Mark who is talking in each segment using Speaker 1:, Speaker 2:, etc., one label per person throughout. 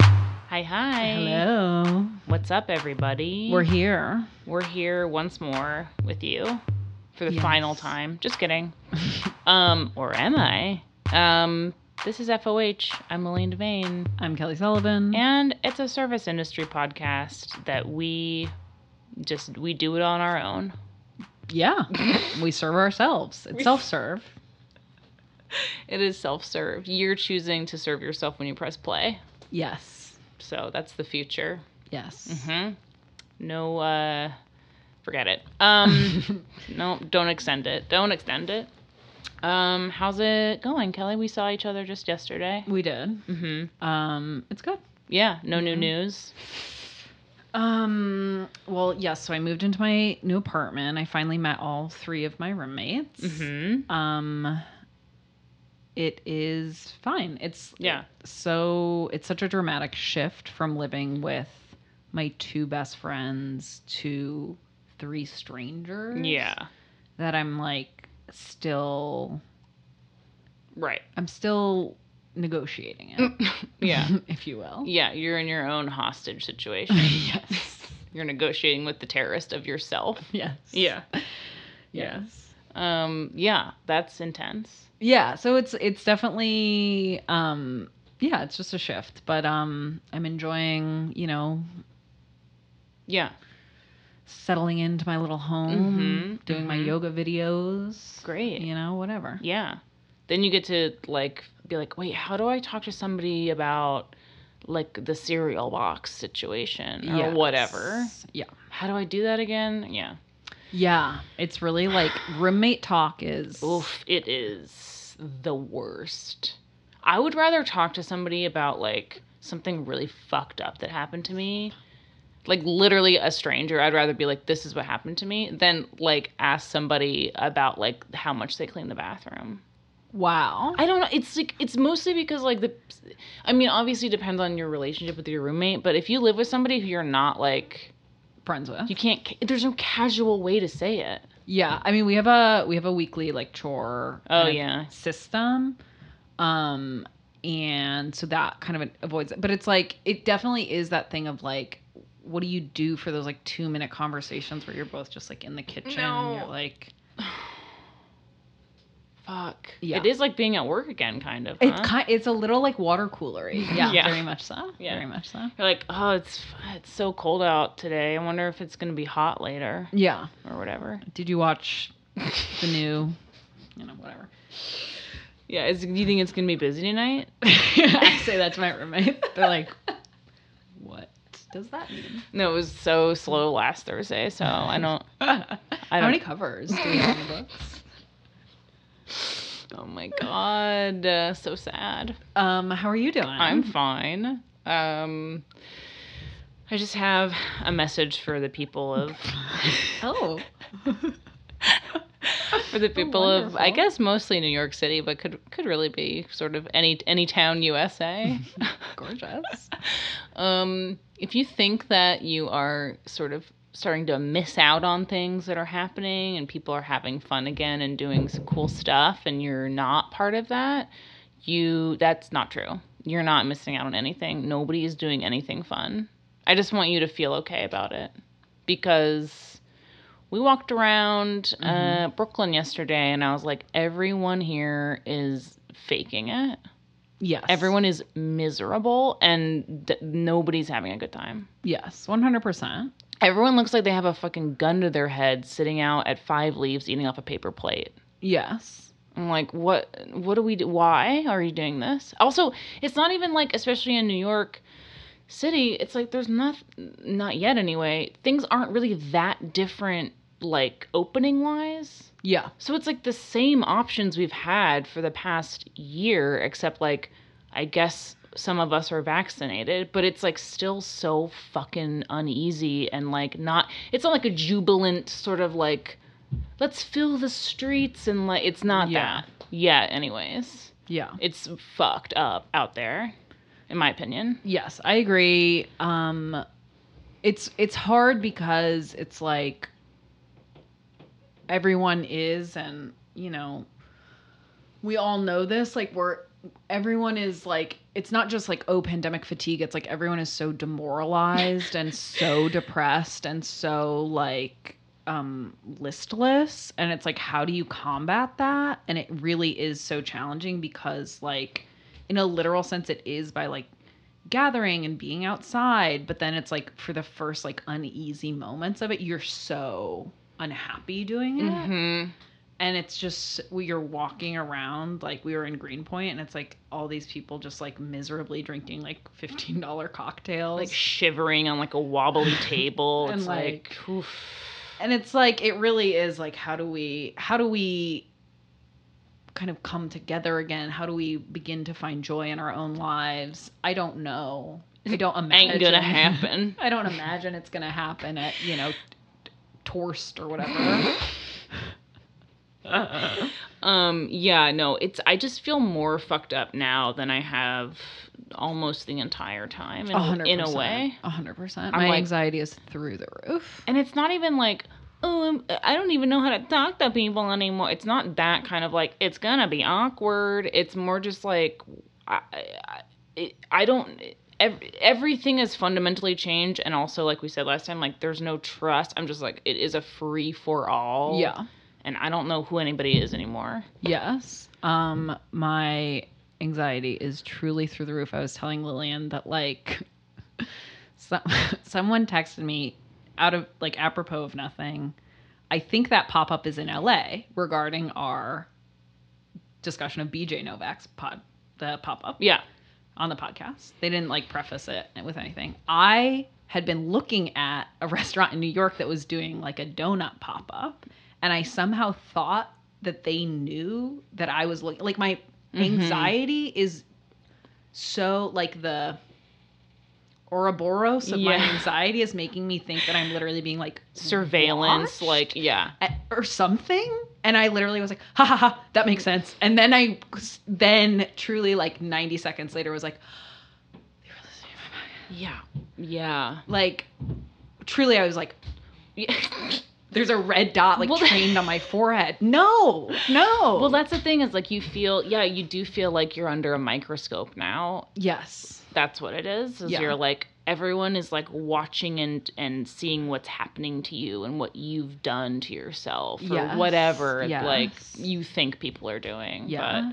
Speaker 1: Hi, hi.
Speaker 2: Hello.
Speaker 1: What's up, everybody?
Speaker 2: We're here.
Speaker 1: We're here once more with you for the
Speaker 2: Yes.
Speaker 1: final time. Just kidding. um, or am I? Um, this is FOH. I'm Elaine Devane,
Speaker 2: I'm Kelly Sullivan.
Speaker 1: and it's a service industry podcast that we just we do it on our own.
Speaker 2: yeah. we serve ourselves. It's
Speaker 1: We-
Speaker 2: self serve.
Speaker 1: It is self-serve. You're choosing to serve yourself when you press play.
Speaker 2: Yes.
Speaker 1: So that's the future.
Speaker 2: Yes.
Speaker 1: Mm-hmm. No, uh, forget it. Um,
Speaker 2: Mm-hmm.
Speaker 1: no, don't extend it. Don't extend it. Um, how's it going, Kelly? We saw each other just yesterday.
Speaker 2: we did.
Speaker 1: Mm-hmm.
Speaker 2: Um, it's good.
Speaker 1: Yeah, no new
Speaker 2: Mhm.
Speaker 1: news.
Speaker 2: Um, well, yes. So I moved into my new apartment. I finally met all three of my roommates.
Speaker 1: Mm-hmm.
Speaker 2: Um, it is fine. It's
Speaker 1: Yeah.
Speaker 2: so it's such a dramatic shift from living with my two best friends to three strangers.
Speaker 1: Yeah.
Speaker 2: That I'm like still
Speaker 1: Right.
Speaker 2: I'm still negotiating it,
Speaker 1: yeah.
Speaker 2: if you will.
Speaker 1: Yeah, you're in your own hostage situation.
Speaker 2: yes.
Speaker 1: You're negotiating with the terrorist of yourself.
Speaker 2: Yes.
Speaker 1: Yeah.
Speaker 2: Yes.
Speaker 1: Um, yeah, that's intense.
Speaker 2: Yeah, so it's it's definitely um yeah, it's just a shift, but um I'm enjoying, you know,
Speaker 1: Yeah.
Speaker 2: settling into my little home,
Speaker 1: Mhm,
Speaker 2: doing my
Speaker 1: mhm.
Speaker 2: yoga videos.
Speaker 1: Great.
Speaker 2: You know, whatever.
Speaker 1: Yeah. Then you get to like be like, wait, how do I talk to somebody about like the cereal box situation or
Speaker 2: Yes.
Speaker 1: whatever?
Speaker 2: Yeah.
Speaker 1: How do I do that again? Yeah.
Speaker 2: Yeah. It's really like roommate talk is
Speaker 1: Oof, it is the worst. I would rather talk to somebody about like something really fucked up that happened to me. Like literally a stranger, I'd rather be like, this is what happened to me than like ask somebody about like how much they clean the bathroom.
Speaker 2: wow.
Speaker 1: I don't know. It's like it's mostly because like the, I mean, obviously it depends on your relationship with your roommate, but if you live with somebody who you're not like,
Speaker 2: friends with.
Speaker 1: you can't. ca- There's no casual way to say it.
Speaker 2: Yeah. I mean we have a we have a weekly like chore
Speaker 1: Oh
Speaker 2: kind of
Speaker 1: yeah,
Speaker 2: system. Um and so that kind of avoids it. But it's like it definitely is that thing of like what do you do for those like two minute conversations where you're both just like in the
Speaker 1: No.
Speaker 2: kitchen and you're like
Speaker 1: fuck.
Speaker 2: Yeah.
Speaker 1: It is like being at work again, kind of.
Speaker 2: It's
Speaker 1: huh?
Speaker 2: kind. It's a little like water coolery. Yeah,
Speaker 1: Yeah.
Speaker 2: very much so.
Speaker 1: Yeah.
Speaker 2: Very much so.
Speaker 1: You're like, oh, it's it's so cold out today. I wonder if it's gonna be hot later
Speaker 2: Yeah.
Speaker 1: or whatever.
Speaker 2: Did you watch the new? You know, whatever.
Speaker 1: Yeah, is do you think it's gonna be busy tonight?
Speaker 2: I say that to my roommate. They're like, "What does that mean?"
Speaker 1: No, it was so slow last Thursday, so I don't.
Speaker 2: How
Speaker 1: I
Speaker 2: many
Speaker 1: don't.
Speaker 2: covers do we have in the books?
Speaker 1: Oh my god, uh, so sad.
Speaker 2: Um, how are you doing?
Speaker 1: I'm fine. Um, I just have a message for the people of,
Speaker 2: Oh.
Speaker 1: for the people of, I
Speaker 2: wonderful.
Speaker 1: guess mostly New York City, but could could really be sort of any any town USA.
Speaker 2: Gorgeous.
Speaker 1: um, if you think that you are sort of starting to miss out on things that are happening and people are having fun again and doing some cool stuff and you're not part of that, you that's not true. You're not missing out on anything. Nobody is doing anything fun. I just want you to feel okay about it because we walked around uh, Brooklyn yesterday and I was like, everyone here is faking it.
Speaker 2: Yes.
Speaker 1: Everyone is miserable and d- nobody's having a good time.
Speaker 2: Yes. One hundred percent.
Speaker 1: Everyone looks like they have a fucking gun to their head sitting out at five leaves eating off a paper plate.
Speaker 2: Yes.
Speaker 1: I'm like, what what do we do? Why are you doing this? Also, it's not even like especially in New York City, it's like there's not not yet anyway. Things aren't really that different like opening wise.
Speaker 2: Yeah.
Speaker 1: So it's like the same options we've had for the past year, except like, I guess some of us are vaccinated, but it's like still so fucking uneasy and like not, it's not like a jubilant sort of like, let's fill the streets and like, it's not
Speaker 2: Yeah.
Speaker 1: that. Yeah, anyways.
Speaker 2: Yeah.
Speaker 1: It's fucked up out there, in my opinion.
Speaker 2: Yes, I agree. Um it's it's hard because it's like everyone is and you know we all know this like we're everyone is like it's not just like oh pandemic fatigue it's like everyone is so demoralized and so depressed and so like um listless and it's like how do you combat that and it really is so challenging because like in a literal sense it is by like gathering and being outside but then it's like for the first like uneasy moments of it you're so unhappy doing it
Speaker 1: Mm-hmm.
Speaker 2: and it's just we you're walking around like we were in Greenpoint and it's like all these people just like miserably drinking like fifteen dollar cocktails
Speaker 1: Like shivering on like a wobbly table.
Speaker 2: And,
Speaker 1: It's like, oof.
Speaker 2: and it's like it really is like how do we how do we kind of come together again how do we begin to find joy in our own lives I don't know I don't imagine
Speaker 1: ain't gonna happen.
Speaker 2: I don't imagine it's gonna happen at you know Torst or whatever
Speaker 1: Um, yeah, no, it's I just feel more fucked up now than I have almost the entire time in,
Speaker 2: A
Speaker 1: a-
Speaker 2: hundred
Speaker 1: in a
Speaker 2: percent.
Speaker 1: way.
Speaker 2: A hundred percent.
Speaker 1: I'm
Speaker 2: My
Speaker 1: like-
Speaker 2: anxiety is through the roof.
Speaker 1: And it's not even like, oh, I'm, I don't even know how to talk to people anymore. It's not that kind of like it's gonna be awkward. It's more just like I, I, it- I don't. ev- everything has fundamentally changed, and also, like we said last time, like there's no trust. I'm just like it is a free for all.
Speaker 2: Yeah.
Speaker 1: and I don't know who anybody is anymore.
Speaker 2: Yes. Um, my anxiety is truly through the roof. I was telling Lillian that like some, someone texted me out of like apropos of nothing. I think that pop up is in LA regarding our discussion of BJ Novak's pod the pop up.
Speaker 1: Yeah.
Speaker 2: on the podcast. They didn't like preface it with anything. I had been looking at a restaurant in New York that was doing like a donut pop up, and I somehow thought that they knew that I was looking. Like my
Speaker 1: Mm-hmm.
Speaker 2: anxiety is so like the Ouroboros of my
Speaker 1: Yeah.
Speaker 2: anxiety is making me think that I'm literally being like
Speaker 1: surveillance
Speaker 2: watched
Speaker 1: like yeah
Speaker 2: at- or something and i literally was like ha ha ha that makes sense and then i then truly like 90 seconds later was like "They were listening to my podcast."
Speaker 1: yeah yeah
Speaker 2: like truly i was like there's a red dot like
Speaker 1: Well,
Speaker 2: trained on my forehead no no
Speaker 1: well that's the thing is like you feel yeah you do feel like you're under a microscope now
Speaker 2: yes
Speaker 1: that's what it is is
Speaker 2: Yeah.
Speaker 1: you're like everyone is like watching and and seeing what's happening to you and what you've done to yourself or
Speaker 2: Yes,
Speaker 1: whatever like
Speaker 2: yes.
Speaker 1: you think people are doing
Speaker 2: yes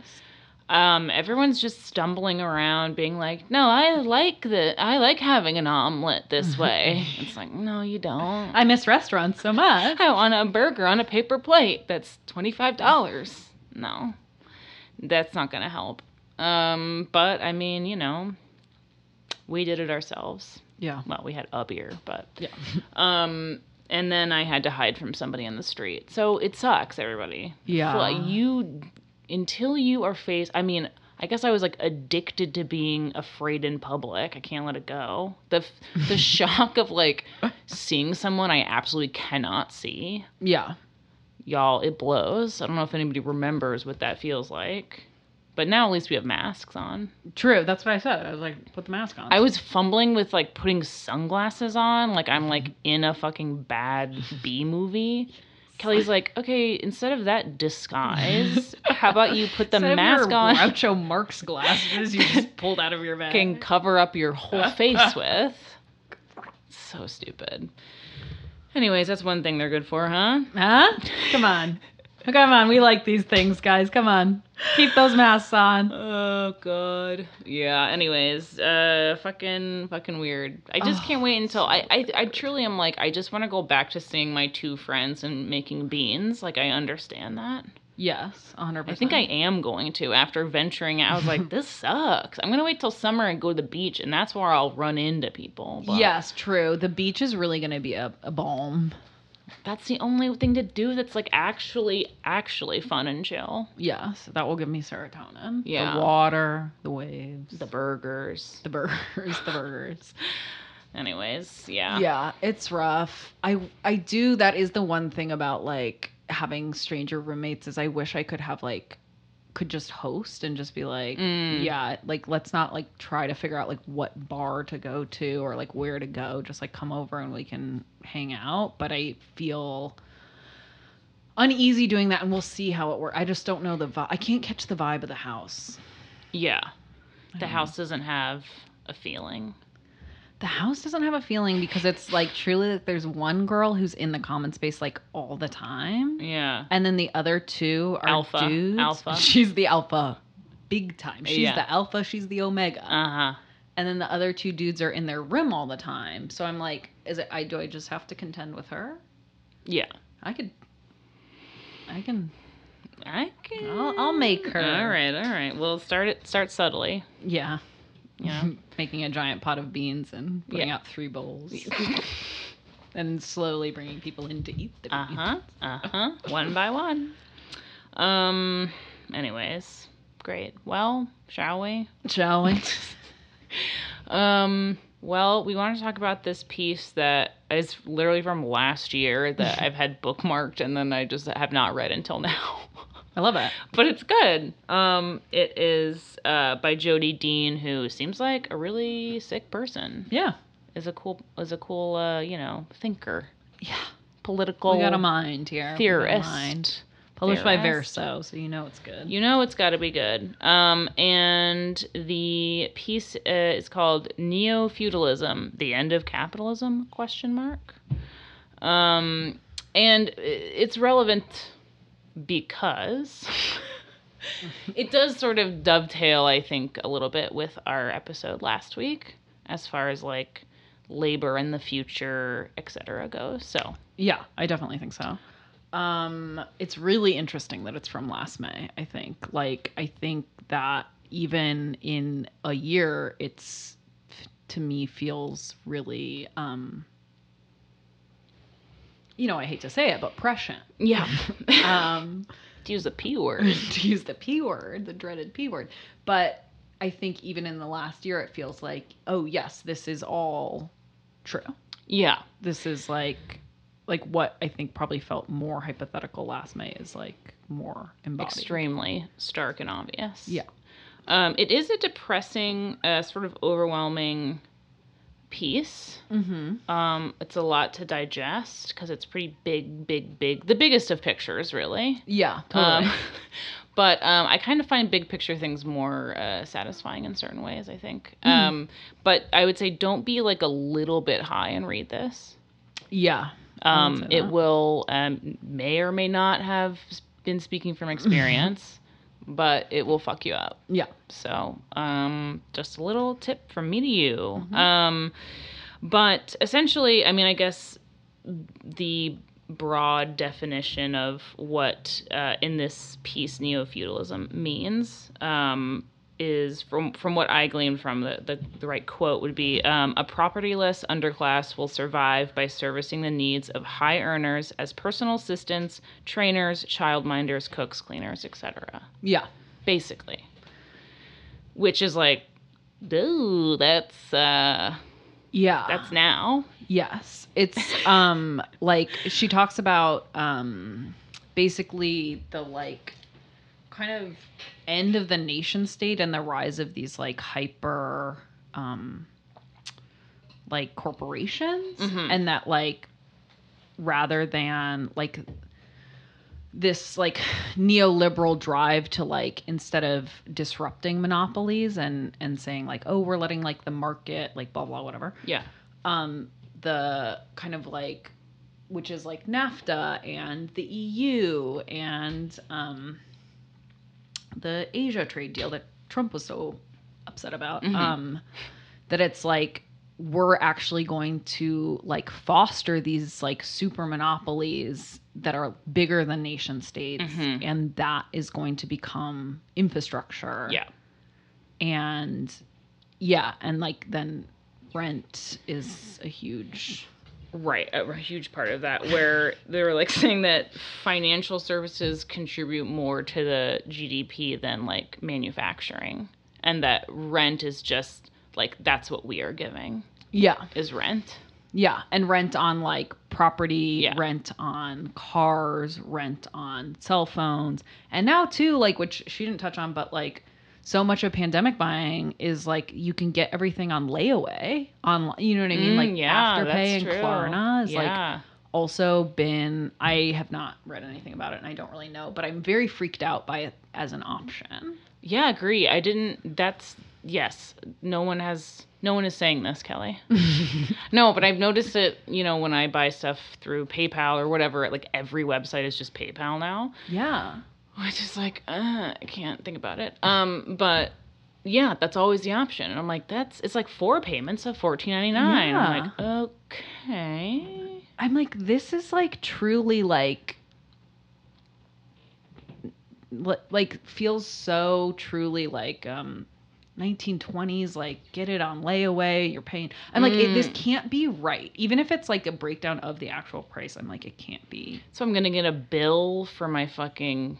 Speaker 1: but um everyone's just stumbling around being like no i like the i like having an omelet this way it's like no you don't
Speaker 2: i miss restaurants so much
Speaker 1: I want a burger Oh, on a paper plate that's $25. No, that's not going to help. Um, but I mean, you know, we did it ourselves.
Speaker 2: yeah
Speaker 1: Well, we had a beer, but.
Speaker 2: yeah
Speaker 1: Um, and then I had to hide from somebody in the street. So it sucks, everybody.
Speaker 2: Yeah.
Speaker 1: So, like, you, until you are faced, I mean, I guess I was like addicted to being afraid in public. I can't let it go. The f- the shock of like seeing someone I absolutely cannot see,
Speaker 2: yeah
Speaker 1: y'all, it blows. I don't know if anybody remembers what that feels like. But now at least we have masks on.
Speaker 2: true that's what i said i was like put the mask on
Speaker 1: I was fumbling with like putting sunglasses on, like I'm like
Speaker 2: Mm-hmm.
Speaker 1: in a fucking bad B movie. Kelly's like, okay, instead of that disguise, how about you put the
Speaker 2: Instead of
Speaker 1: mask
Speaker 2: your
Speaker 1: on
Speaker 2: Groucho Marx glasses you just pulled out of your bag.
Speaker 1: and cover up your whole face with? So stupid. Anyways, that's one thing they're good for, huh?
Speaker 2: Huh? Come on. Come on. We like these things, guys. Come on. Keep those masks on.
Speaker 1: Oh god. Yeah. Anyways, uh, fucking, fucking weird. I just
Speaker 2: Oh,
Speaker 1: can't wait until I, I, I truly am like, I just want to go back to seeing my two friends and making beans. Like, I understand that.
Speaker 2: Yes, 100%.
Speaker 1: I think I am going to after venturing. out, I was like, this sucks. I'm gonna wait till summer and go to the beach, and that's where I'll run into people. But
Speaker 2: Yes, true. The beach is really going to be a, a balm.
Speaker 1: That's the only thing to do that's like actually, actually fun and chill.
Speaker 2: Yes, that will give me serotonin.
Speaker 1: Yeah.
Speaker 2: The water, the waves,
Speaker 1: The burgers.
Speaker 2: the burgers, the burgers.
Speaker 1: Anyways, yeah.
Speaker 2: yeah it's rough i i do that is the one thing about like having stranger roommates is i wish i could have like could just host and just be like
Speaker 1: Mm.
Speaker 2: yeah like let's not like try to figure out like what bar to go to or like where to go just like come over and we can hang out but i feel uneasy doing that and we'll see how it works i just don't know the vibe i can't catch the vibe of the house
Speaker 1: Yeah.
Speaker 2: I
Speaker 1: The
Speaker 2: don't know.
Speaker 1: house doesn't have a feeling.
Speaker 2: The house doesn't have a feeling because it's like truly like there's one girl who's in the common space like all the time.
Speaker 1: Yeah.
Speaker 2: And then the other two are
Speaker 1: Alpha.
Speaker 2: dudes.
Speaker 1: Alpha.
Speaker 2: She's the alpha. Big time. She's
Speaker 1: Yeah.
Speaker 2: the alpha, she's the omega.
Speaker 1: Uh huh.
Speaker 2: and then the other two dudes are in their room all the time. So I'm like, is it I do I just have to contend with her?
Speaker 1: Yeah.
Speaker 2: I could I can
Speaker 1: I can.
Speaker 2: I'll, I'll make her.
Speaker 1: All right. All right. We'll start it. Start subtly.
Speaker 2: Yeah.
Speaker 1: You know.
Speaker 2: Making a giant pot of beans and putting
Speaker 1: Yeah.
Speaker 2: out three bowls and slowly bringing people in to eat the
Speaker 1: Uh
Speaker 2: beans.
Speaker 1: huh. Uh huh. One by one. Um. Anyways, great. Well, shall we?
Speaker 2: Shall we?
Speaker 1: Um. Well, we want to talk about this piece that is literally from last year that I've had bookmarked and then I just have not read until now.
Speaker 2: I love it.
Speaker 1: but it's good. Um, it is uh, by Jody Dean, who seems like a really sick person.
Speaker 2: Yeah.
Speaker 1: Is a cool is a cool uh, you know thinker,
Speaker 2: Yeah.
Speaker 1: political
Speaker 2: we got a mind here. We got a
Speaker 1: theorist.
Speaker 2: mind. Published by
Speaker 1: Theorist.
Speaker 2: Verso, so you know it's good.
Speaker 1: You know it's got to be good. Um, and the piece uh, is called "Neo Feudalism: The End of Capitalism?" Question mark. Um, and i- it's relevant because it does sort of dovetail, I think, a little bit with our episode last week, as far as like labor in the future, etc. goes. So
Speaker 2: Yeah, I definitely think so. Um, it's really interesting that it's from last May, I think. Like, I think that even in a year, it's f- to me feels really, um, you know, I hate to say it, but prescient.
Speaker 1: yeah,
Speaker 2: Um,
Speaker 1: to use the p word.
Speaker 2: to use the P word, the dreaded P word. But I think even in the last year, it feels like, oh, yes, this is all true
Speaker 1: Yeah.
Speaker 2: this is like like what I think probably felt more hypothetical last May is like more embodied.
Speaker 1: extremely stark and obvious.
Speaker 2: Yeah.
Speaker 1: Um, it is a depressing, uh, sort of overwhelming piece.
Speaker 2: Mm-hmm.
Speaker 1: Um, it's a lot to digest because it's pretty big, big, big. The biggest of pictures, really.
Speaker 2: Yeah, totally.
Speaker 1: Um, but um, I kind of find big picture things more uh, satisfying in certain ways, I think.
Speaker 2: Hmm.
Speaker 1: Um, but I would say don't be like a little bit high and read this.
Speaker 2: yeah. I would
Speaker 1: Um,
Speaker 2: say
Speaker 1: it
Speaker 2: that.
Speaker 1: will um, may or may not have s- been speaking from experience, but it will fuck you up.
Speaker 2: Yeah.
Speaker 1: So, um, just a little tip from me to you. Um, but essentially, I mean, I guess the broad definition of what uh, in this piece neo feudalism means um, is from from what I gleaned from the the, the right quote would be um, a propertyless underclass will survive by servicing the needs of high earners as personal assistants, trainers, childminders, cooks, cleaners, etc
Speaker 2: Yeah.
Speaker 1: basically. Which is like, dude, that's uh,
Speaker 2: Yeah.
Speaker 1: that's now.
Speaker 2: yes. It's um like she talks about um basically the like kind of end of the nation state and the rise of these like hyper um like corporations
Speaker 1: Mhm.
Speaker 2: and that like rather than like this like neoliberal drive to like instead of disrupting monopolies and and saying like oh we're letting like the market like blah blah whatever
Speaker 1: Yeah.
Speaker 2: um the kind of like which is like NAFTA and the EU and um the Asia trade deal that Trump was so upset about
Speaker 1: Mhm.
Speaker 2: um that it's like we're actually going to like foster these like super monopolies that are bigger than nation states
Speaker 1: Mhm.
Speaker 2: and that is going to become infrastructure
Speaker 1: Yeah.
Speaker 2: and yeah and like then rent is a huge
Speaker 1: Right. A, a huge part of that where they were like saying that financial services contribute more to the GDP than like manufacturing, and that rent is just like that's what we are giving
Speaker 2: yeah
Speaker 1: is rent.
Speaker 2: yeah and rent on like property
Speaker 1: Yeah.
Speaker 2: rent on cars rent on cell phones and now too like which she didn't touch on but like so much of pandemic buying is like you can get everything on layaway on you know what i
Speaker 1: Mm,
Speaker 2: mean like afterpay
Speaker 1: that's
Speaker 2: and
Speaker 1: true.
Speaker 2: klarna is like
Speaker 1: yeah.
Speaker 2: also been I have not read anything about it and I don't really know, but I'm very freaked out by it as an option.
Speaker 1: Yeah, agree. I didn't. That's yes. No one has. No one is saying this, Kelly. No, but I've noticed it. You know, when I buy stuff through PayPal or whatever, like every website is just PayPal now,
Speaker 2: yeah.
Speaker 1: which is like, uh, I can't think about it. Um, but yeah, that's always the option, and I'm like, that's it's like four payments of fourteen ninety nine. I'm like, okay.
Speaker 2: I'm like, this is like truly like li- like feels so truly like um 1920s like get it on layaway you're paying i'm like it, this
Speaker 1: Mm.
Speaker 2: can't be right even if it's like a breakdown of the actual price i'm like it can't be
Speaker 1: So I'm gonna get a bill for my fucking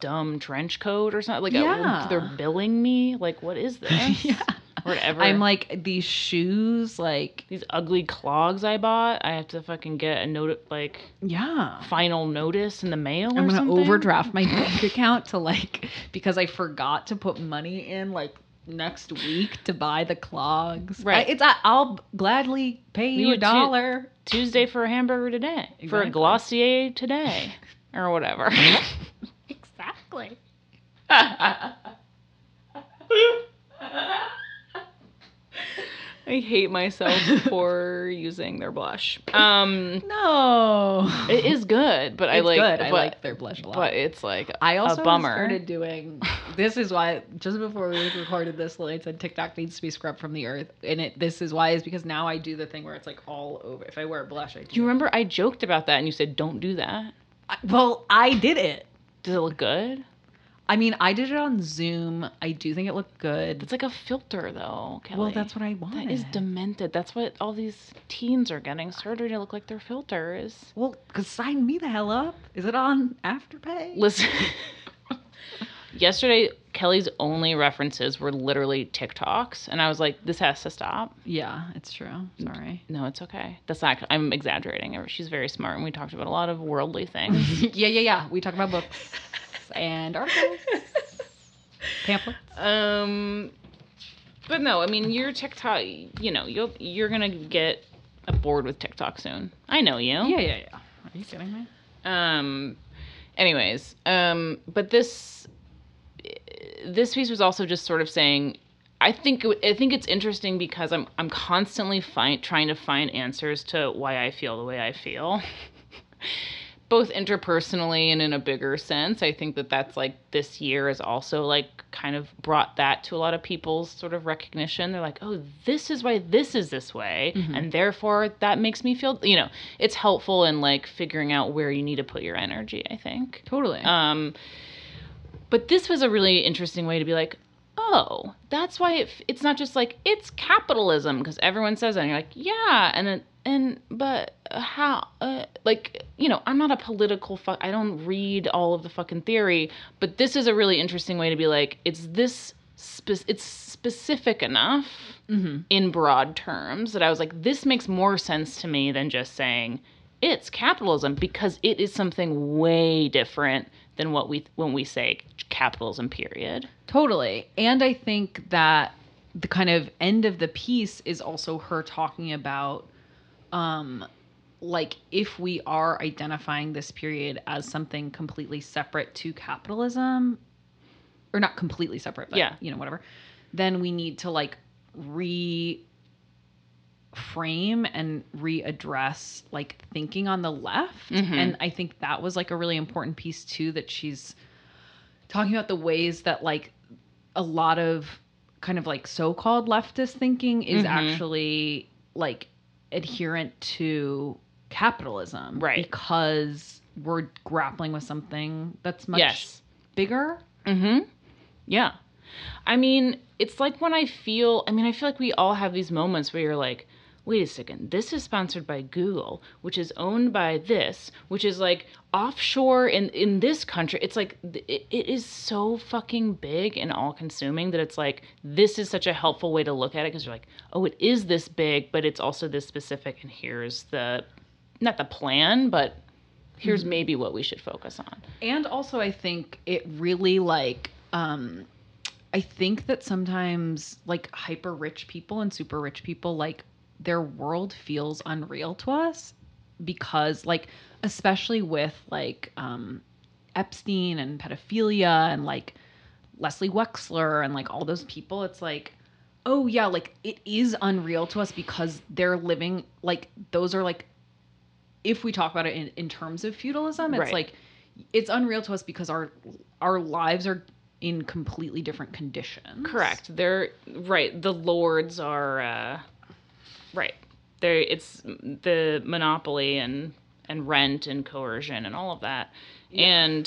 Speaker 1: dumb trench coat or something. Like,
Speaker 2: Yeah.
Speaker 1: I, they're billing me. Like, what is this?
Speaker 2: yeah
Speaker 1: Or whatever.
Speaker 2: i'm like these shoes like
Speaker 1: these ugly clogs I bought. I have to fucking get a note like
Speaker 2: yeah
Speaker 1: final notice in the mail.
Speaker 2: I'm
Speaker 1: or
Speaker 2: gonna
Speaker 1: something.
Speaker 2: overdraft my bank account to like because I forgot to put money in like next week to buy the clogs.
Speaker 1: Right.
Speaker 2: I, it's I, I'll gladly pay you,
Speaker 1: You
Speaker 2: a
Speaker 1: too.
Speaker 2: dollar.
Speaker 1: Tuesday for a hamburger today, for a
Speaker 2: Exactly.
Speaker 1: Glossier today, or whatever.
Speaker 2: Exactly.
Speaker 1: I hate myself for using their blush. Um,
Speaker 2: No.
Speaker 1: it is good, but I
Speaker 2: It's
Speaker 1: like.
Speaker 2: good. I
Speaker 1: but-
Speaker 2: like their blush a lot.
Speaker 1: But it's like
Speaker 2: I also
Speaker 1: a bummer.
Speaker 2: started doing. This is why just before we recorded this, Lily said TikTok needs to be scrubbed from the earth, and it. This is why is because now I do the thing where it's like all over. If I wear a blush, I do.
Speaker 1: Do you remember I joked about that and you said, "Don't do that."
Speaker 2: I- well, I did it.
Speaker 1: Does it look good?
Speaker 2: I mean, I did it on Zoom. I do think it looked good.
Speaker 1: It's like a filter, though. Kelly.
Speaker 2: Well, that's what I wanted.
Speaker 1: That is demented. That's what all these teens are getting surgery to look like their filters.
Speaker 2: well, cause sign me the hell up. Is it on Afterpay?
Speaker 1: Listen. Yesterday, Kelly's only references were literally TikToks, and I was like, "This has to stop."
Speaker 2: yeah, it's true. Sorry.
Speaker 1: No, it's okay. That's not. I'm exaggerating. She's very smart, and we talked about a lot of worldly things.
Speaker 2: yeah, yeah, yeah. We talk about books and articles, pamphlets.
Speaker 1: Um, but no, I mean your TikTok. You know, you'll you're gonna get bored with TikTok soon. I know you.
Speaker 2: Yeah, yeah, yeah. Are you kidding me?
Speaker 1: Um. Anyways, um. But this this piece was also just sort of saying. I think it- I think it's interesting because I'm I'm constantly find, trying to find answers to why I feel the way I feel, both interpersonally and in a bigger sense. I think that that's like this year has also like kind of brought that to a lot of people's sort of recognition. They're like, oh, this is why this is this way,
Speaker 2: Mhm.
Speaker 1: and therefore that makes me feel. You know, it's helpful in like figuring out where you need to put your energy. I think.
Speaker 2: Totally.
Speaker 1: Um, but this was a really interesting way to be like, oh, that's why it, f- it's not just like it's capitalism because everyone says that. And you're like, yeah, and then and but uh, how? Uh, like you know, I'm not a political. Fu- I don't read all of the fucking theory. But this is a really interesting way to be like, it's this. Spe- it's specific enough
Speaker 2: mm-hmm.
Speaker 1: in broad terms that I was like, this makes more sense to me than just saying it's capitalism because it is something way different than what we when we say capitalism. Period.
Speaker 2: Totally. And I think that the kind of end of the piece is also her talking about um like if we are identifying this period as something completely separate to capitalism or not completely separate but
Speaker 1: Yeah.
Speaker 2: you know whatever then we need to like reframe and readdress like thinking on the left
Speaker 1: Mhm.
Speaker 2: and i think that was like a really important piece too that she's talking about the ways that like a lot of kind of like so-called leftist thinking is
Speaker 1: Mhm.
Speaker 2: actually like adherent to capitalism
Speaker 1: Right.
Speaker 2: because we're grappling with something that's much
Speaker 1: Yes.
Speaker 2: bigger
Speaker 1: Mm-hmm. Yeah. I mean, it's like when I feel. I mean, I feel like we all have these moments where you're like. Wait a second. This is sponsored by Google, which is owned by this, which is like offshore in in this country. It's like th- it, it is so fucking big and all consuming that it's like this is such a helpful way to look at it because you're like, oh, it is this big, but it's also this specific, and here's the not the plan, but here's maybe what we should focus on.
Speaker 2: and also i think it really like um i think that sometimes like hyper rich people and super rich people like their world feels unreal to us because like especially with like um epstein and pedophilia and like Leslie Wexler and like all those people, it's like, oh yeah, like it is unreal to us because they're living like those are like if we talk about it in, in terms of feudalism, it's
Speaker 1: Right.
Speaker 2: like it's unreal to us because our our lives are in completely different conditions.
Speaker 1: Correct. They're right. The lords are uh, right. They it's the monopoly and and rent and coercion and all of that, and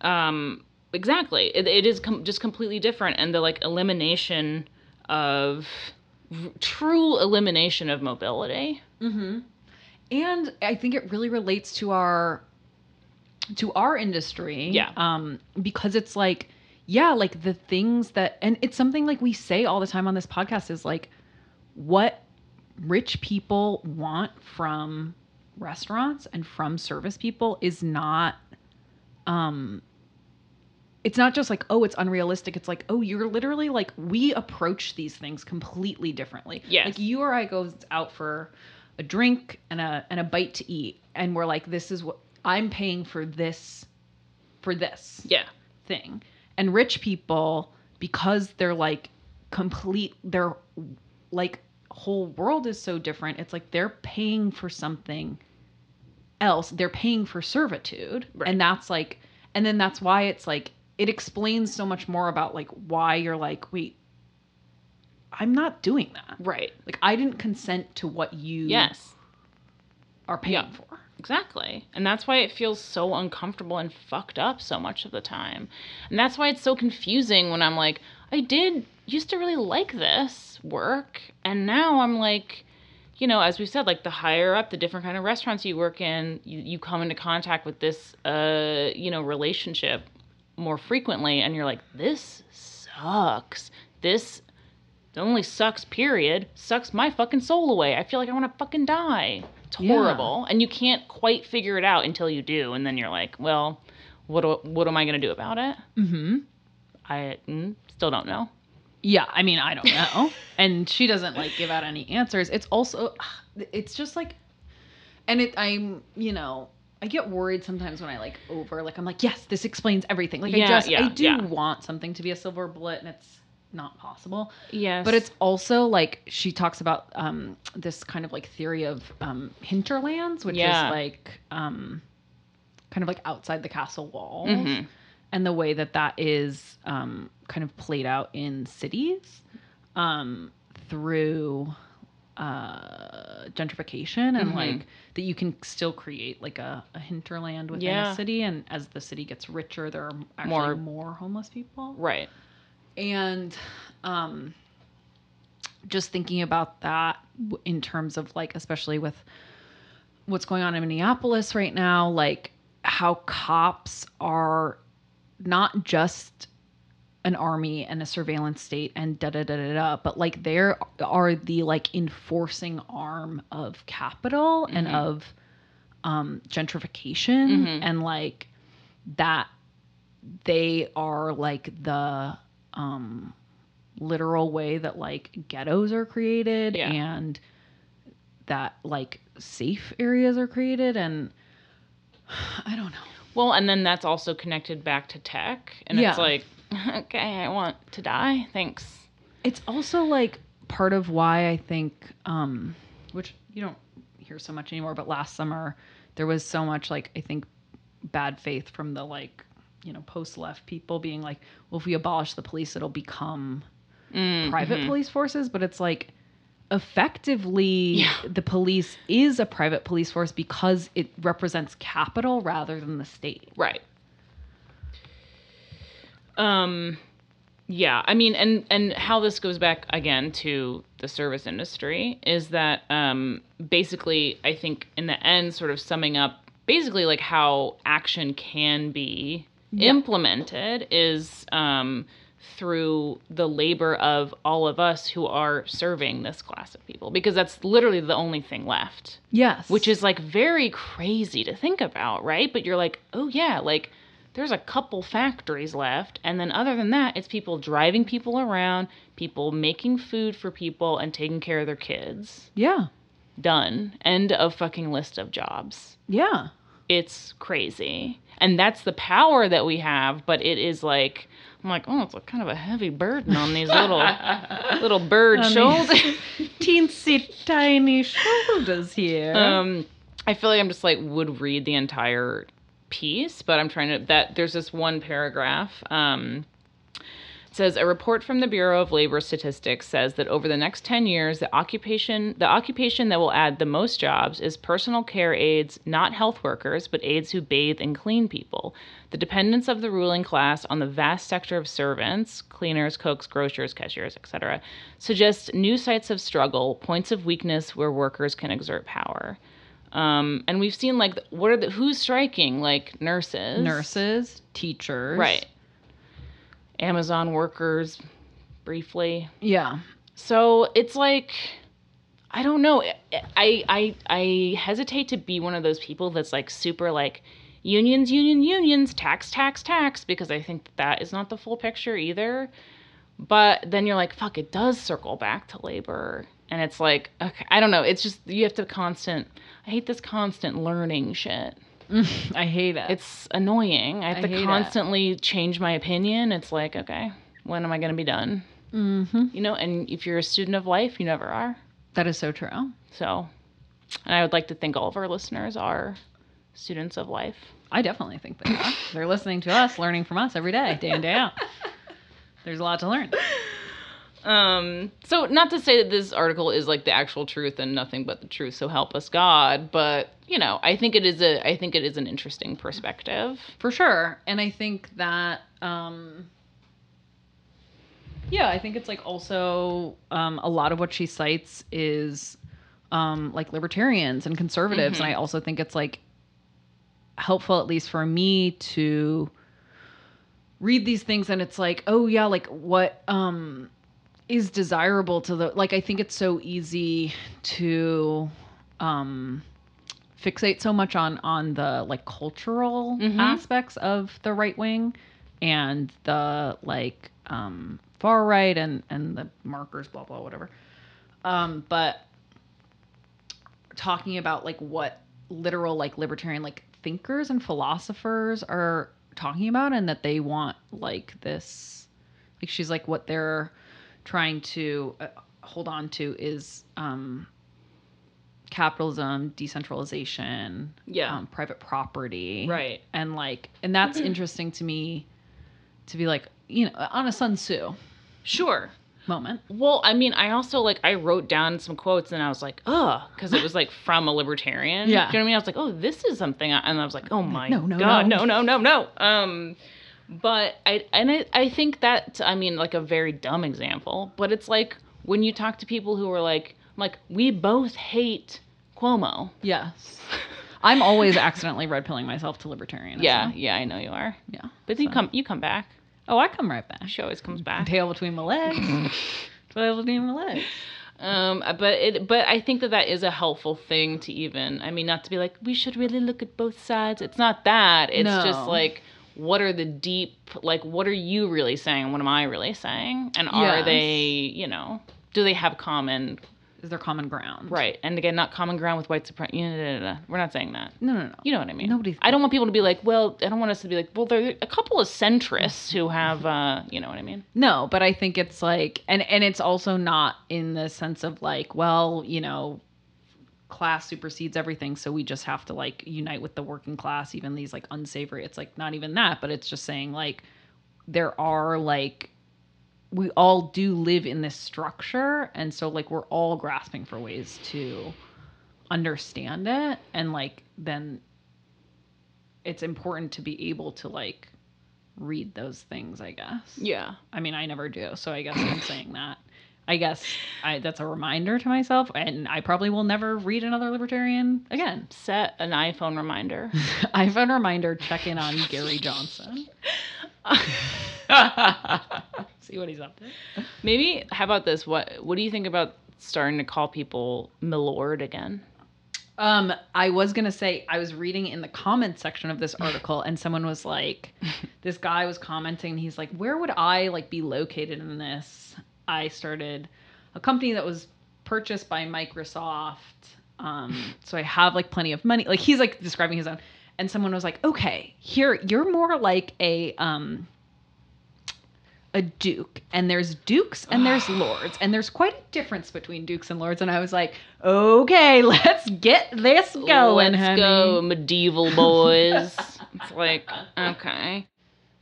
Speaker 1: um, exactly. It, it is com- just completely different, and the like elimination of r- true elimination of mobility.
Speaker 2: Mm-hmm. And I think it really relates to our to our industry.
Speaker 1: Yeah.
Speaker 2: Um, because it's like, yeah, like the things that and it's something like we say all the time on this podcast is like what rich people want from restaurants and from service people is not um it's not just like oh it's unrealistic it's like oh you're literally like we approach these things completely differently
Speaker 1: Yes.
Speaker 2: like you or i goes out for a drink and a and a bite to eat and we're like this is what i'm paying for this for this
Speaker 1: Yeah.
Speaker 2: thing. And rich people, because they're like complete, their like whole world is so different. It's like they're paying for something else. They're paying for servitude,
Speaker 1: Right.
Speaker 2: and that's like, and then that's why it's like it explains so much more about like why you're like, wait, I'm not doing that.
Speaker 1: Right.
Speaker 2: Like I didn't consent to what you
Speaker 1: Yes.
Speaker 2: are paying
Speaker 1: Yeah.
Speaker 2: for.
Speaker 1: Exactly. And that's why it feels so uncomfortable and fucked up so much of the time. And that's why it's so confusing when I'm like, I did used to really like this work. And now I'm like, you know, as we've said, like the higher up, the different kind of restaurants you work in, you, you come into contact with this, uh, you know, relationship more frequently. And you're like, this sucks. This only sucks, period, sucks my fucking soul away. I feel like I want to fucking die. It's
Speaker 2: Yeah.
Speaker 1: horrible. And you can't quite figure it out until you do. And then you're like, well, what, do- what am I going to do about it?
Speaker 2: Mm-hmm.
Speaker 1: I mm, still don't know.
Speaker 2: Yeah, I mean, I don't know. and she doesn't like give out any answers. It's also it's just like and it I'm, you know, I get worried sometimes when I like over like I'm like, "Yes, this explains everything." Like
Speaker 1: Yeah,
Speaker 2: I just
Speaker 1: yeah,
Speaker 2: I do
Speaker 1: yeah.
Speaker 2: want something to be a silver bullet and it's not possible.
Speaker 1: Yes.
Speaker 2: But it's also like she talks about um this kind of like theory of um hinterlands, which
Speaker 1: Yeah.
Speaker 2: is like um kind of like outside the castle walls
Speaker 1: Mhm.
Speaker 2: and the way that that is um, kind of played out in cities um, through uh, gentrification and
Speaker 1: Mhm.
Speaker 2: like that you can still create like a, a hinterland within
Speaker 1: Yeah.
Speaker 2: a city and as the city gets richer there are actually
Speaker 1: More-
Speaker 2: more, homeless people
Speaker 1: right.
Speaker 2: and um, just thinking about that w- in terms of like especially with what's going on in Minneapolis right now, like how cops are not just an army and a surveillance state and da da da da da, but like they are the like enforcing arm of capital and
Speaker 1: Mhm.
Speaker 2: of um, gentrification
Speaker 1: Mhm.
Speaker 2: and like that they are like the um, literal way that like ghettos are created
Speaker 1: Yeah.
Speaker 2: and that like safe areas are created and I don't know.
Speaker 1: Well, and then that's also connected back to tech. And
Speaker 2: Yeah.
Speaker 1: it's like, okay, I want to die. Thanks.
Speaker 2: It's also like part of why I think um which you don't hear so much anymore but last summer there was so much like I think bad faith from the like you know post left people being like well if we abolish the police it'll become
Speaker 1: Mm,
Speaker 2: private
Speaker 1: mhm.
Speaker 2: police forces, but it's like effectively
Speaker 1: Yeah.
Speaker 2: the police is a private police force because it represents capital rather than the state.
Speaker 1: Right. Um yeah, I mean and and how this goes back again to the service industry is that um basically I think in the end sort of summing up basically like how action can be
Speaker 2: Yeah.
Speaker 1: implemented is um through the labor of all of us who are serving this class of people because that's literally the only thing left
Speaker 2: Yes.
Speaker 1: which is like very crazy to think about, right? But you're like, oh yeah, like there's a couple factories left, and then other than that, it's people driving people around, people making food for people, and taking care of their kids.
Speaker 2: Yeah.
Speaker 1: Done. End of fucking list of jobs.
Speaker 2: Yeah.
Speaker 1: It's crazy. And that's the power that we have, but it is like I'm like, oh, it's a kind of a heavy burden on these little little bird shoulders.
Speaker 2: teensy tiny shoulders here.
Speaker 1: um, I feel like I'm just like would read the entire piece, but I'm trying to that there's this one paragraph. Um, it says a report from the Bureau of Labor Statistics says that over the next 10 years, the occupation the occupation that will add the most jobs is personal care aides, not health workers, but aides who bathe and clean people. The dependence of the ruling class on the vast sector of servants, cleaners, cooks, grocers, cashiers, etc., suggests new sites of struggle, points of weakness where workers can exert power. Um, and we've seen like what are the who's striking like nurses,
Speaker 2: Nurses, teachers.
Speaker 1: right? Amazon workers, briefly.
Speaker 2: Yeah.
Speaker 1: So it's like I don't know. I I I hesitate to be one of those people that's like super like unions, union, unions, tax, tax, tax because I think that, that is not the full picture either. But then you're like, fuck, it does circle back to labor. And it's like, okay, I don't know. It's just you have to constant. I hate this constant learning shit.
Speaker 2: Mm, I hate it.
Speaker 1: It's annoying. I have
Speaker 2: I hate
Speaker 1: to
Speaker 2: it.
Speaker 1: constantly change my opinion. It's like, okay, when am I going to be done?
Speaker 2: mm-hmm.
Speaker 1: you know and if you're a student of life you never are
Speaker 2: That is so true.
Speaker 1: so and i would like to think all of our listeners are students of life
Speaker 2: I definitely think they are. They're listening to us, learning from us every day, day in, day out. There's a lot to learn.
Speaker 1: um so not to say that this article is like the actual truth and nothing but the truth so help us god but you know i think it is a i think it is an interesting perspective
Speaker 2: For sure. And I think that um yeah, I think it's like also um a lot of what she cites is um like libertarians and conservatives and I also think it's like helpful at least for me to read these things and it's like, oh yeah, like what um is desirable to the like I think it's so easy to um fixate so much on on the like cultural
Speaker 1: Mhm.
Speaker 2: aspects of the right wing and the like um far right and and the markers blah blah whatever um but talking about like what literal like libertarian like thinkers and philosophers are talking about and that they want like this like she's like what they're trying to uh, hold on to is um capitalism decentralization
Speaker 1: Yeah.
Speaker 2: um, private property
Speaker 1: Um, Right.
Speaker 2: and like and that's interesting to me to be like you know on a sun tzu
Speaker 1: sure
Speaker 2: moment
Speaker 1: well i mean i also like i wrote down some quotes and i was like ugh because it was like from a libertarian
Speaker 2: Yeah.
Speaker 1: do you know what i mean i was like oh this is something I, and i was like oh my
Speaker 2: No, no,
Speaker 1: god no
Speaker 2: no.
Speaker 1: no no no um but i and I, I think that i mean like a very dumb example but it's like when you talk to people who are like I'm like we both hate cuomo
Speaker 2: yes i'm always accidentally red pilling myself to libertarian
Speaker 1: yeah yeah i know you are
Speaker 2: yeah
Speaker 1: but you come you come back
Speaker 2: oh i come right back
Speaker 1: she always comes back
Speaker 2: tail between my legs tail between my legs
Speaker 1: Um, but it, but I think that that is a helpful thing to even. I mean, not to be like we should really look at both sides. It's not that. It's
Speaker 2: No.
Speaker 1: just like what are the deep like what are you really saying? What am I really saying? And are
Speaker 2: Yes.
Speaker 1: they you know do they have common
Speaker 2: is there common ground
Speaker 1: right? And again, not common ground with white supremacy. We're not saying that.
Speaker 2: no no no
Speaker 1: You know what I mean?
Speaker 2: Nobody-
Speaker 1: I don't want people to be like, well, I don't want us to be like, well, there are a couple of centrists who have, uh, you know what I mean?
Speaker 2: No, but I think it's like and and it's also not in the sense of like, well, you know, class supersedes everything, so we just have to like unite with the working class, even these like unsavory. It's like not even that, but it's just saying like there are like we all do live in this structure and so like we're all grasping for ways to understand it and like then it's important to be able to like read those things, I guess.
Speaker 1: Yeah.
Speaker 2: I mean, I never do, so I guess I'm saying that. I guess I, that's a reminder to myself, and I probably will never read another libertarian again.
Speaker 1: Set an iPhone reminder.
Speaker 2: I have a reminder check in on Gary Johnson. See what he's up to.
Speaker 1: Maybe how about this? What what do you think about starting to call people milord again?
Speaker 2: Um, I was gonna say I was reading in the comments section of this article, and someone was like, this guy was commenting. and He's like, where would I like be located in this? I started a company that was purchased by Microsoft, um, so I have like plenty of money. Like he's like describing his own, and someone was like, okay, here you're more like a um, a duke, and there's dukes and there's lords, and there's quite a difference between dukes and lords. And I was like, okay, let's get this going,
Speaker 1: Let's
Speaker 2: honey.
Speaker 1: go, medieval boys. it's like okay.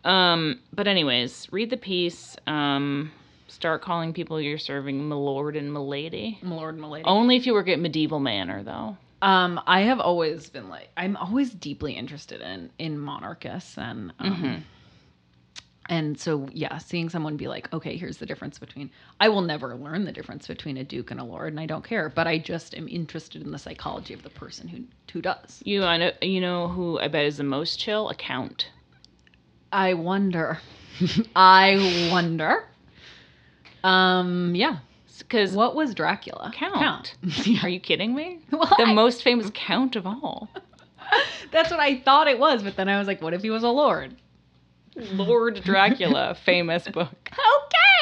Speaker 1: Um, but anyways, read the piece. Um, start calling people you're serving milord and milady.
Speaker 2: Lord, my lady.
Speaker 1: Only if you work at medieval manor, though.
Speaker 2: Um, I have always been like I'm always deeply interested in in monarchists and um,
Speaker 1: Mhm.
Speaker 2: and so yeah, seeing someone be like, okay, here's the difference between I will never learn the difference between a duke and a lord, and I don't care, but I just am interested in the psychology of the person who who does.
Speaker 1: You I know you know who I bet is the most chill? A count.
Speaker 2: I wonder, I wonder. Um, yeah,
Speaker 1: Because
Speaker 2: what was Dracula?
Speaker 1: Count.
Speaker 2: Yeah.
Speaker 1: are you kidding me?
Speaker 2: Well,
Speaker 1: The
Speaker 2: I-
Speaker 1: most famous count of all.
Speaker 2: that's what I thought it was, but then I was like, what if he was a lord?
Speaker 1: Lord Dracula, famous book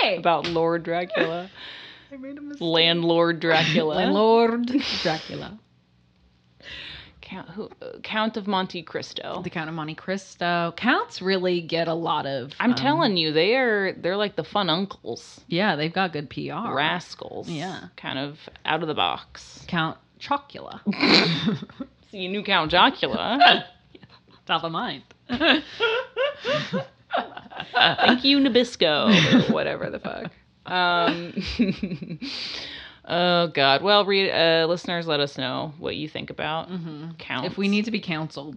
Speaker 2: Okay,
Speaker 1: about Lord Dracula,
Speaker 2: I made a mistake.
Speaker 1: landlord Dracula,
Speaker 2: Lord Dracula.
Speaker 1: Count, who, uh, Count of Monte Cristo.
Speaker 2: The Count of Monte Cristo. Counts really get a lot of.
Speaker 1: I'm
Speaker 2: um,
Speaker 1: telling you, they are they're like the fun uncles,
Speaker 2: Yeah, they've got good PR.
Speaker 1: rascals.
Speaker 2: Yeah.
Speaker 1: kind of out of the box.
Speaker 2: Count Chocula.
Speaker 1: So you knew Count Jocula.
Speaker 2: Top of mind.
Speaker 1: Thank you, Nabisco, or whatever the fuck. Um, oh God. Well, read uh, listeners, let us know what you think about
Speaker 2: Mhm.
Speaker 1: counts.
Speaker 2: If we need to be counseled,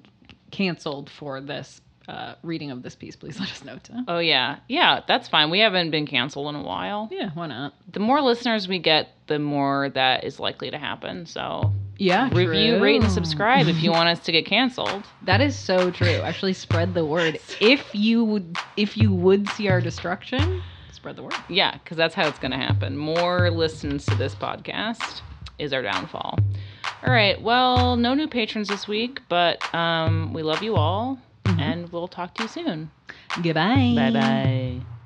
Speaker 2: canceled for this uh, reading of this piece, please let us know. Too.
Speaker 1: Oh yeah, yeah, that's fine. We haven't been canceled in a while.
Speaker 2: Yeah, why not?
Speaker 1: The more listeners we get, the more that is likely to happen. So
Speaker 2: Yeah,
Speaker 1: review,
Speaker 2: true.
Speaker 1: rate, and subscribe if you want us to get canceled.
Speaker 2: That is so true. Actually, spread the word. If you would, if you would see our destruction, spread the word.
Speaker 1: Yeah, because that's how it's going to happen. More listens to this podcast is our downfall. All right. Well, no new patrons this week, but um, we love you all, and we'll talk to you soon.
Speaker 2: Goodbye.
Speaker 1: Bye bye.